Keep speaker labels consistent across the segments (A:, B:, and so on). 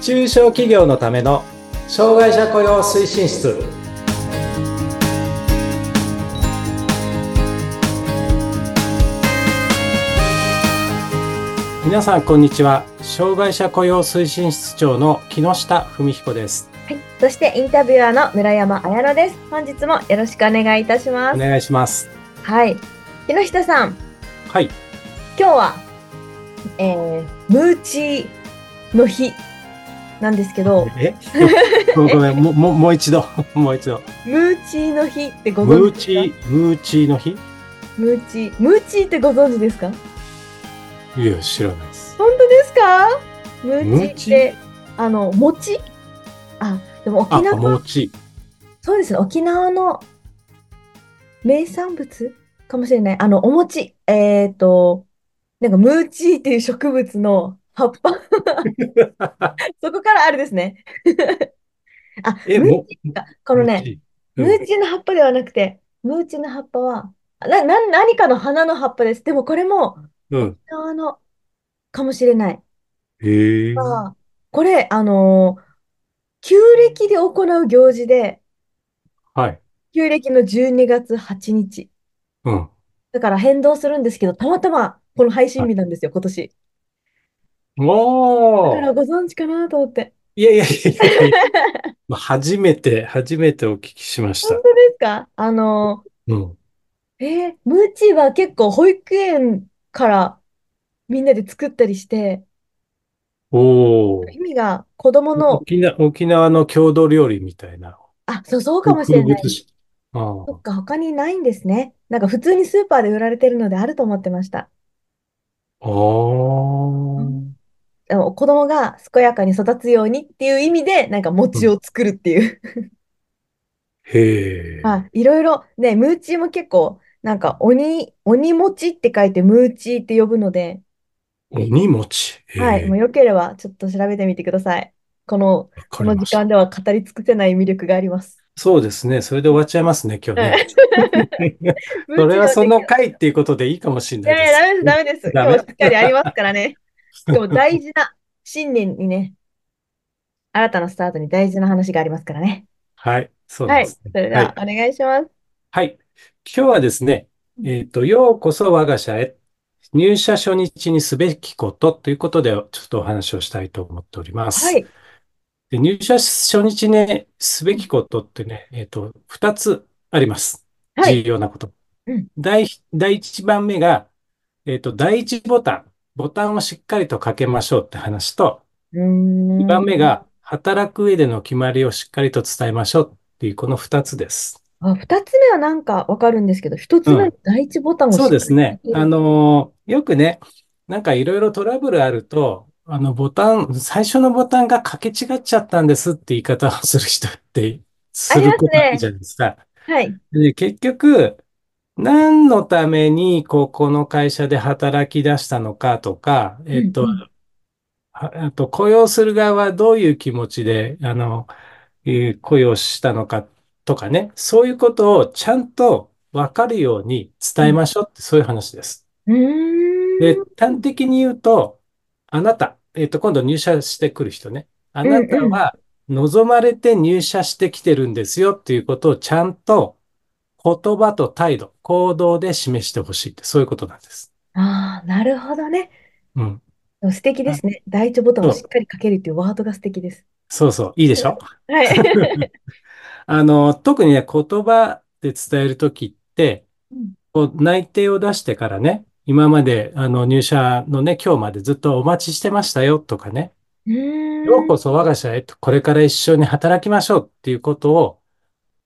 A: 中小企業のための障害者雇用推進室皆さんこんにちは障害者雇用推進室長の木下文彦です
B: はい、そしてインタビュアーの村山彩乃です。本日もよろしくお願いいたしま
A: お
B: す。
A: 願いします
B: はい、木下さん、
A: はい
B: 今日は、えー、ムーチーの日なんですけど、
A: えごめんもももう一度 もう一度
B: ムーチーの日ってご
A: ムー
B: 存知
A: チ
B: ですか
A: ームーチーの日
B: ムーチー、ムーチーってご存知ですか
A: いや知らないです
B: 本当ですかムーチーって
A: ム、
B: あの、餅あ、でも
A: あ
B: 沖縄、
A: 餅
B: そうですね、沖縄の名産物かもしれない。あの、お餅、えっと、なんかムーチーっていう植物の葉っぱ、 そこからあれですね。 あ、
A: え
B: ムー
A: も
B: チーか。このね、ムーチーの葉っぱではなくて、ムーチーの葉っぱは、あな、な、何かの花の葉っぱです。でもこれも、
A: うんうん
B: 沖縄の、かもしれない。
A: へえ
B: あこれ、あのー旧暦で行う行事で、
A: はい
B: 旧暦の12月8日。
A: うん
B: だから変動するんですけど、たまたまこの配信日なんですよ、今年。だ
A: お
B: から
A: ー
B: ご存知かなと思って。
A: いやいやいやいや いやまあ初めて初めてお聞きしました
B: 本当ですかあの
A: うん
B: ー、えームーチーは結構保育園からみんなで作ったりして、
A: おお
B: 意味が子供の、
A: 沖縄沖縄の郷土料理みたいな
B: あ、そう、そうかもしれな
A: 風
B: い。
A: 物詩あ
B: そ
A: あ
B: っか、他にないんですね。なんか普通にスーパーで売られてるのであると思ってました。
A: あー
B: あの子供が健やかに育つようにっていう意味で、なんか餅を作るっていう。
A: へえ
B: まあ、いろいろ、ね、ムーチーも結構、なんか、鬼、鬼餅って書いてムーチーって呼ぶので、
A: 鬼餅へ
B: はい、
A: え
B: もう
A: わ
B: よければ、ちょっと調べてみてください。この、
A: か
B: こ
A: り
B: の
A: ま
B: 時
A: した
B: 間では語り尽くせない魅力があります。
A: そうですねそれで終わっちゃいますね今日ね
B: ムーチ
A: それは
B: ー
A: その
B: の時
A: 回っていうことでいいかもしれ
B: いやい
A: ない
B: や、ダメです、
A: ダ
B: ダ
A: メ
B: メです。今日しっかりありますか らね。しかも大事な、新年にね、新たなスタートに大事な話がありますからね。
A: はいそう
B: は
A: で
B: い、
A: す
B: そ
A: ね
B: れではお願いします。
A: はい。今日はですね、えっと、ようこそ我が社へ、入社初日にすべきことということで、ちょっとお話をしたいと思っております。
B: はい、
A: で、入社初日ね、すべきことってね、えっと、二つあります。
B: はい
A: 重要なこと
B: うん。
A: 第一、第一番目が、えっと、第一ボタン、ボタンをしっかりとかけましょうって話と、
B: うーん。
A: 二番目が、働く上での決まりをしっかりと伝えましょうっていう、この二つです。
B: あ、二つ目はなんかわかるんですけど、一つ目の第一ボタンを
A: そう
B: しっ
A: で
B: か
A: すね。
B: り
A: あのーよくね、なんかいろいろトラブルあると、あの、ボタン、最初のボタンがかけ違っちゃったんですって言い方をする人って、することあるじゃないですか。
B: はい。
A: で、結局、何のために、こうこの会社で働き出したのかとか、えっと、
B: うんう
A: ああと、雇用する側はどういう気持ちで、あの、えー雇用したのかとかね、そういうことをちゃんと分かるように伝えましょうって、そういう話です。
B: うーん。
A: で、端的に言うと、あなた、えっと、今度入社してくる人ね、あなたは望まれて入社してきてるんですよっていうことをちゃんと言葉と態度、行動で示してほしいって、そういうことなんです。
B: ああ、なるほどね。
A: うん。
B: 素敵ですね。第一ボタンをしっかりかけるっていうワードが素敵です。
A: そうそう、いいでしょ
B: はい。
A: あの、特にね、言葉で伝えるときって
B: うん、
A: こう内定を出してからね、今まであの入社のね、今日までずっとお待ちしてましたよとかね、
B: うーん。
A: ようこそ我が社へと、これから一緒に働きましょうっていうことを、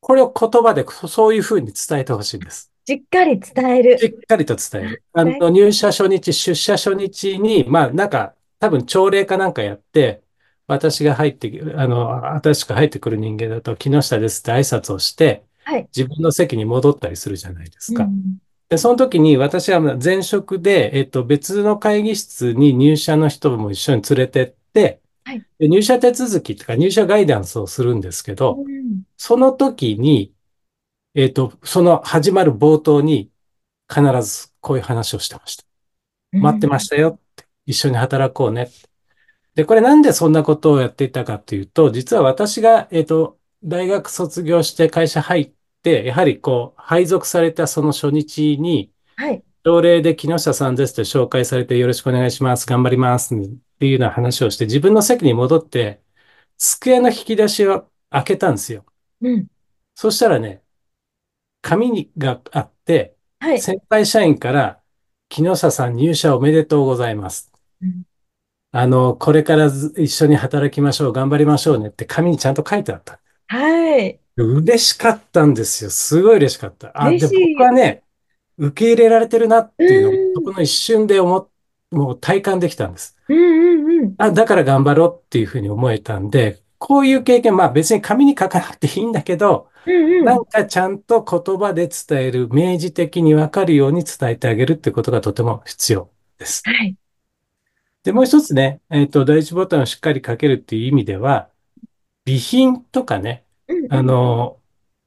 A: これを言葉でそそういうふうに伝えてほしいんです。
B: しっかり伝える。
A: しっかりと伝える。あ
B: い
A: の、入社初日、出社初日に、まあなんか、多分朝礼かなんかやって、私が入ってき、あの、新しく入ってくる人間だと、木下ですって挨拶をして、
B: はい。
A: 自分の席に戻ったりするじゃないですか
B: う。ん
A: で、その時に私は前職で、えっと、別の会議室に入社の人も一緒に連れてって、
B: はい
A: で入社手続きとか入社ガイダンスをするんですけど、
B: うん
A: その時に、えっと、その始まる冒頭に必ずこういう話をしてました。待ってましたよって。一緒に働こうね。で、これなんでそんなことをやっていたかというと、実は私が、えっと、大学卒業して会社入って、やはりこう、配属されたその初日に、
B: はい。
A: 条例で木下さんですと紹介されてよろしくお願いします。頑張ります。っていうような話をして、自分の席に戻って、机の引き出しを開けたんですよ。
B: うん。
A: そしたらね、紙にがあって、
B: はい。
A: 先輩社員から、木下さん入社おめでとうございます
B: うん。
A: あの、これからず一緒に働きましょう、頑張りましょうねって紙にちゃんと書いてあった。
B: はい。
A: 嬉しかったんですよ。すごい嬉しかった。あ、
B: 嬉しい
A: で、僕はね、受け入れられてるなっていうのを、
B: うん
A: そこの一瞬で思っ、もう体感できたんです。
B: うんうんうん。
A: あ、だから頑張ろうっていうふうに思えたんで、こういう経験、まあ別に紙に書かなくていいんだけど、
B: うん
A: な
B: うん
A: かちゃんと言葉で伝える、明示的に分かるように伝えてあげるってことがとても必要です。
B: ん。はい。
A: で、もう一つね、えっと、第一ボタンをしっかりかけるっていう意味では、備品とかね、
B: うん
A: あ
B: うん。
A: の、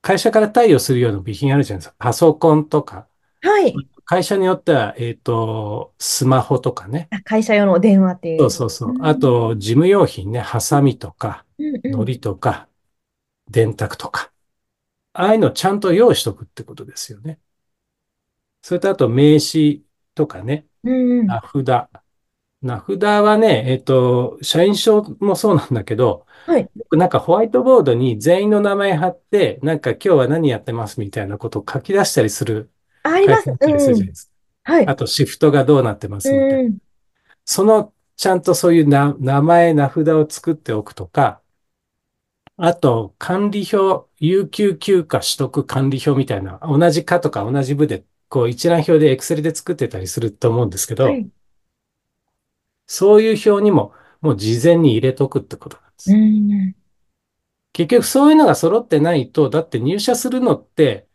A: 会社から貸与するような備品あるじゃないですか。パソコンとか、
B: はい。
A: 会社によっては、えっと、スマホとかね。
B: あ会社用のお電話ってい
A: そう
B: う。
A: そうそうう。
B: ん
A: あと、事務用品ね、ハサミとか、
B: うんうん。
A: 糊とか、電卓とか。ああいうのをちゃんと用意しとくってことですよね。それとあと名刺とかね、
B: うんうん。
A: 名札。名札はね、えっと、社員証もそうなんだけど、
B: はい
A: 僕なんかホワイトボードに全員の名前貼って、なんか今日は何やってますみたいなことを書き出したりする
B: ああり
A: 会
B: ま
A: 社
B: す。
A: だったりす
B: う
A: るじゃな
B: ん
A: い。ですか。
B: はい。
A: あとシフトがどうなってますみたいな。
B: うん。
A: その、ちゃんとそういうな名前、名札を作っておくとか、あと、管理表、有給休暇取得管理表みたいな、同じ課とか同じ部で、こう一覧表で Excel で作ってたりすると思うんですけ
B: は
A: ど、
B: い。
A: そういう表にも、もう事前に入れとくってことなんで
B: う
A: す。
B: ん。
A: 結局そういうのが揃ってないと、だって入社するのって、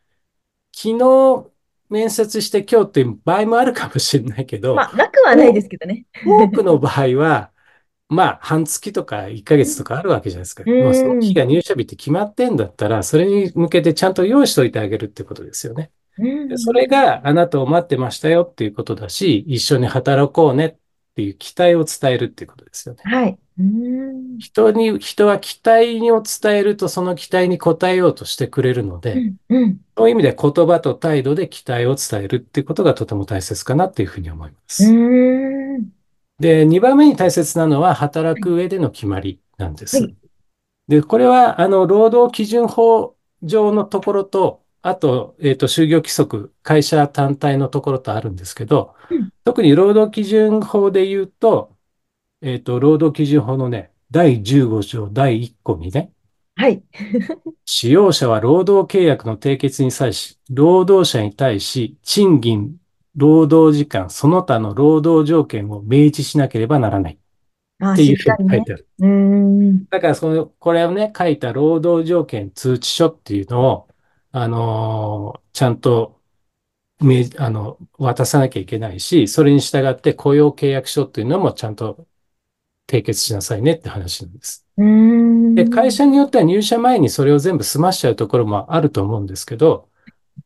A: 昨日面接して今日っていう場合もあるかもしれないけど、
B: まあ、なくはないですけどね。
A: 多くの場合は、まあ、半月とか1ヶ月とかあるわけじゃないですか。
B: うん
A: まあ、その日が入社日って決まってんだったら、それに向けてちゃんと用意しといてあげるってことですよね。
B: う
A: で
B: ん。
A: それがあなたを待ってましたよっていうことだし、一緒に働こうねっていう期待を伝えるっていうことですよね。
B: はい。うん。
A: 人に、人は期待を伝えると、その期待に応えようとしてくれるの
B: う
A: で、
B: ん。うん。
A: そういう意味で言葉と態度で期待を伝えるっていうことがとても大切かなっていうふうに思います。
B: うん。
A: で、2番目に大切なのは、働く上での決まりなんで
B: は
A: す
B: い。
A: で、これは、あの、労働基準法上のところと、あと、えっと、就業規則、会社単体のところとあるんですけど
B: うん、
A: 特に労働基準法で言うと、えっと、労働基準法のね、第15条第1項にね、
B: はい。
A: 使用者は労働契約の締結に際し、労働者に対し、賃金、労働時間、その他の労働条件を明示しなければならない。
B: あ
A: っ
B: あ、
A: てい
B: し
A: う
B: っ
A: ふう
B: かり
A: に書い
B: ね。
A: てある。
B: うん。
A: だからその、これをね、書いた労働条件通知書っていうのを、あのーちゃんと、め、あの、渡さなきゃいけないし、それに従って雇用契約書っていうのもちゃんと締結しなさいねって話なんです。
B: うん。
A: で、会社によっては入社前にそれを全部済ましちゃうところもあると思うんですけど、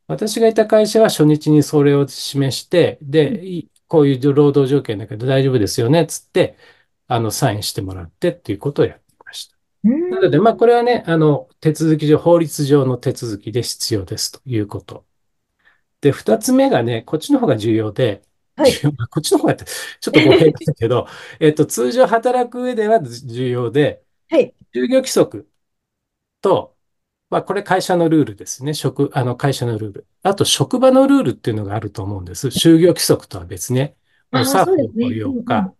A: 私がいた会社は初日にそれを示して、で、いこういう労働条件だけど大丈夫ですよね、つって、あの、サインしてもらってっていうことをやってました。
B: うん。
A: なので、まあ、これはね、あの、手続き上、法律上の手続きで必要ですということ。で、二つ目がね、こっちの方が重要で、
B: はい
A: 重要まあこっちの方がって、ちょっと語弊なんだけど、えっと、通常働く上では重要で、
B: はい。
A: 就業規則と、まあ、これ会社のルールですね。職、あの、会社のルール。あと、職場のルールっていうのがあると思うんです。就業規則とは別ね。
B: あ
A: お
B: あ、
A: 作
B: そうで
A: 法
B: すね。
A: といううん
B: うん
A: か、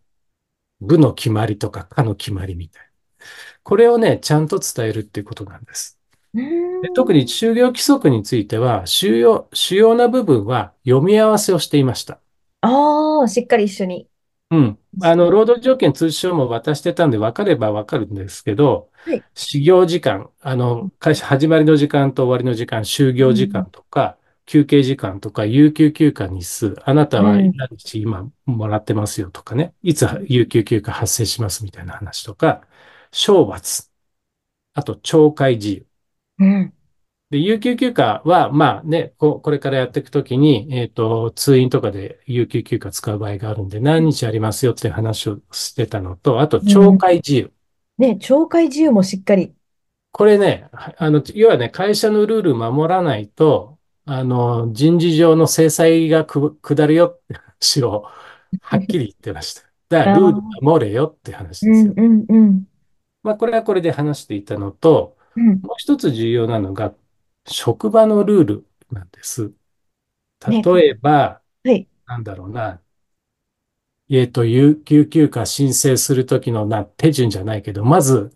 A: 部の決まりとか、課の決まりみたいな。これをね、ちゃんと伝えるっていうことなんです。で特に就業規則については、主要、主要な部分は読み合わせをしていました。
B: ああ、しっかり一緒に。
A: うん。あの、労働条件通知書も渡してたんで、分かれば分かるんですけど
B: はい、
A: 始業時間、あの、会社始まりの時間と終わりの時間、就業時間とか、休憩時間とか、有給休暇日数、あなたは
B: うん
A: 何日今もらってますよとかね、いつ有給休暇発生しますみたいな話とか、懲罰、あと懲戒事由。
B: うん。
A: で、有給休暇は、まあね、こ、これからやっていくときに、えっと、通院とかで有給休暇使う場合があるんで、何日ありますよっていう話をしてたのと、あと、懲戒自由。
B: ね、懲戒自由もしっかり。
A: これね、はあの、要はね、会社のルール守らないと、あの、人事上の制裁がく、下るよって話 を、はっきり言ってました。だから、ルール守れよって話
B: う
A: ですよ
B: ん。うんうん。
A: まあ、これはこれで話していたのと、
B: うん。
A: もう一つ重要なのが、職場のルールなんです。
B: ね
A: 例えば、
B: はい
A: なんだろうな、えっと、有給休暇申請するときのな、手順じゃないけど、まず、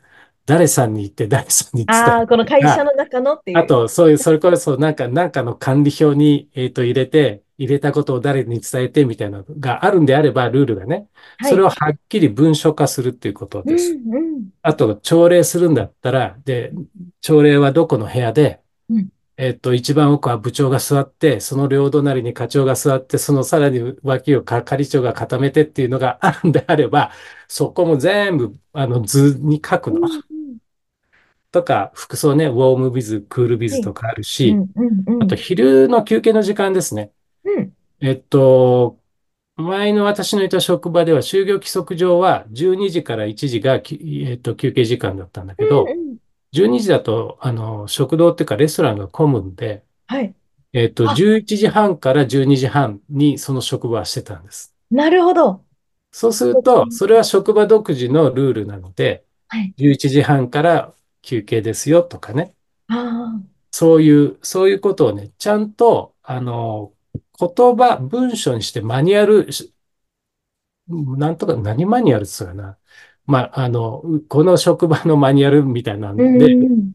A: 誰さんに言って、誰さんに伝え
B: ああ、
A: る
B: この会社の中のっていう。
A: あと、そういう、それこそ、なんか、なんかの管理表に、えっと、入れて、入れたことを誰に伝えてみたいなのがあるんであれば、ルールがね、
B: はい、
A: それをはっきり文書化するっていうこと
B: う
A: です。
B: んうん。
A: あと、朝礼するんだったら、で、朝礼はどこの部屋で
B: うん、
A: えっと、一番奥は部長が座って、その両隣に課長が座って、そのさらに脇を係長が固めてっていうのがあるんであれば、そこも全部、あの、図に書くの。とか、服装ね、ウォームビズ、クールビズとかある
B: う
A: し、
B: んうんうん。
A: あと、昼の休憩の時間ですね。
B: うん。
A: えっと、前の私のいた職場では、就業規則上は12時から1時がき、えっと、休憩時間だったんだけど
B: う、んうん
A: 12時だと、あの、食堂っていうかレストランが混むんで、
B: はい。
A: えっと、
B: あ
A: 11時半から12時半にその職場はしてたんです。
B: なるほど。
A: そうすると、それは職場独自のルールなので、
B: はい。
A: 11時半から休憩ですよとかね、
B: ああ。
A: そういう、そういうことをね、ちゃんと、あの、言葉、文章にしてマニュアルし、なんとか、何マニュアルっつうかな。まあ、あの、この職場のマニュアルみたいなん
B: う
A: で、
B: んうん。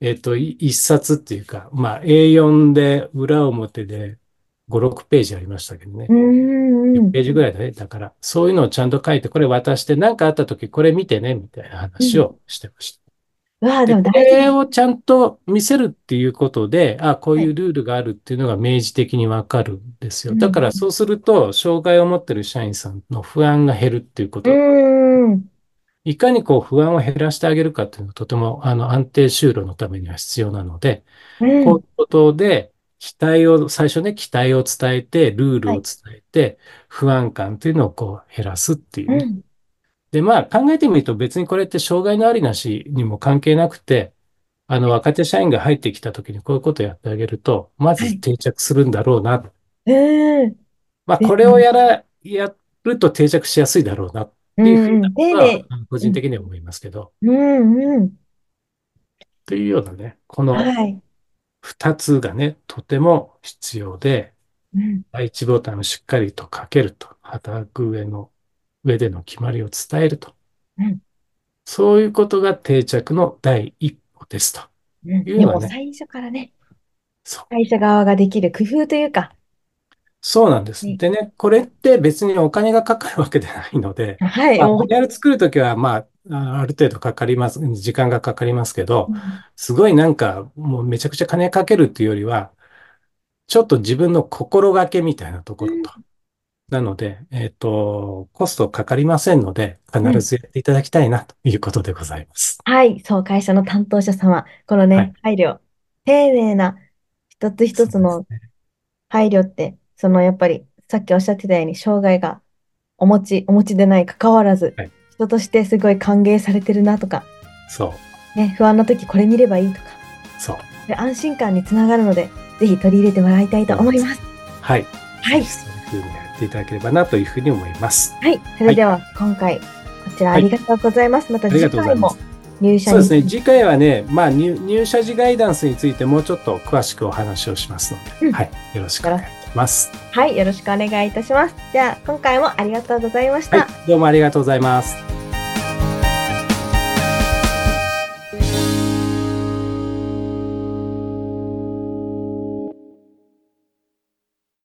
A: えっと、い一冊っていうか、まあ、A4 で裏表で5、6ページありましたけどね
B: う。んうん
A: 10ページぐらいだね。だから、そういうのをちゃんと書いて、これ渡して、何かあった時、これ見てね、みたいな話をしてました。
B: うわあ、でも
A: で、
B: 大
A: こ
B: 事
A: れをちゃんと見せるっていうことで、あ、こういうルールがあるっていうのが明示的にわかるんですよ。
B: うん
A: だから、そうすると、障害を持ってる社員さんの不安が減るっていうこと。
B: うん。
A: いかにこう不安を減らしてあげるかっていうのはとてもあの安定就労のためには必要なので、
B: うん。
A: こういうことで、期待を、最初ね、期待を伝えて、ルールを伝えて、不安感というのをこう減らすっていう
B: う
A: ね、
B: ん。
A: で、まあ考えてみると別にこれって障害のありなしにも関係なくて、あの若手社員が入ってきた時にこういうことをやってあげると、まず定着するんだろうな。
B: うん。
A: まあこれをやら、やると定着しやすいだろうなっていうふうな
B: うん。丁
A: のは
B: 寧。
A: あの個人的には思いますけど、
B: うんうん。
A: というようなね、この
B: はい。
A: 二つがね、とても必要で、
B: うん。
A: 第一ボタンをしっかりとかけると、働く上の、上での決まりを伝えると
B: うん。
A: そういうことが定着の第一歩ですと。
B: うん。
A: いう
B: で
A: のは
B: も
A: ね
B: 最初からね、
A: そう。
B: 会社側ができる工夫というか、
A: そうなんです。
B: ね
A: でね、これって別にお金がかかるわけではないので、
B: はい。
A: まあ、
B: もう
A: マニュアル作るときは、まあ、あある程度かかります、時間がかかりますけど、
B: うん
A: すごいなんか、もうめちゃくちゃ金かけるっていうよりは、ちょっと自分の心がけみたいなところと。なので、えっと、コストかかりませんので、必ずやっていただきたいなということでございます。
B: はい、そう、会社の担当者様、このね、
A: はい
B: 配慮、丁寧な一つ一つ
A: そ
B: の
A: うですね
B: 配慮って、そのやっぱりさっきおっしゃってたように、障害がお持ち、お持ちでない、関わらず
A: はい、
B: 人としてすごい歓迎されてるなとか、
A: そう、
B: ね、不安な時これ見ればいいとか、
A: そう。
B: これ安心感につながるので、ぜひ取り入れてもらいたいと思います。
A: はい。
B: はい、
A: そういうふうにやっていただければなというふうに思います。
B: はい、それでは今回、こちらありがとうございます。また
A: あり
B: 次
A: がとうござ
B: 回
A: います
B: も。入社
A: そうですね。
B: に、
A: 次回はね、まあ入、入社時ガイダンスについてもうちょっと詳しくお話をしますので、
B: うん
A: はい。よろしくお願いします。
B: はい、よろしくお願いいたします。じゃあ、今回もありがとうございまし
A: は
B: た。
A: い。どうもありがとうございます。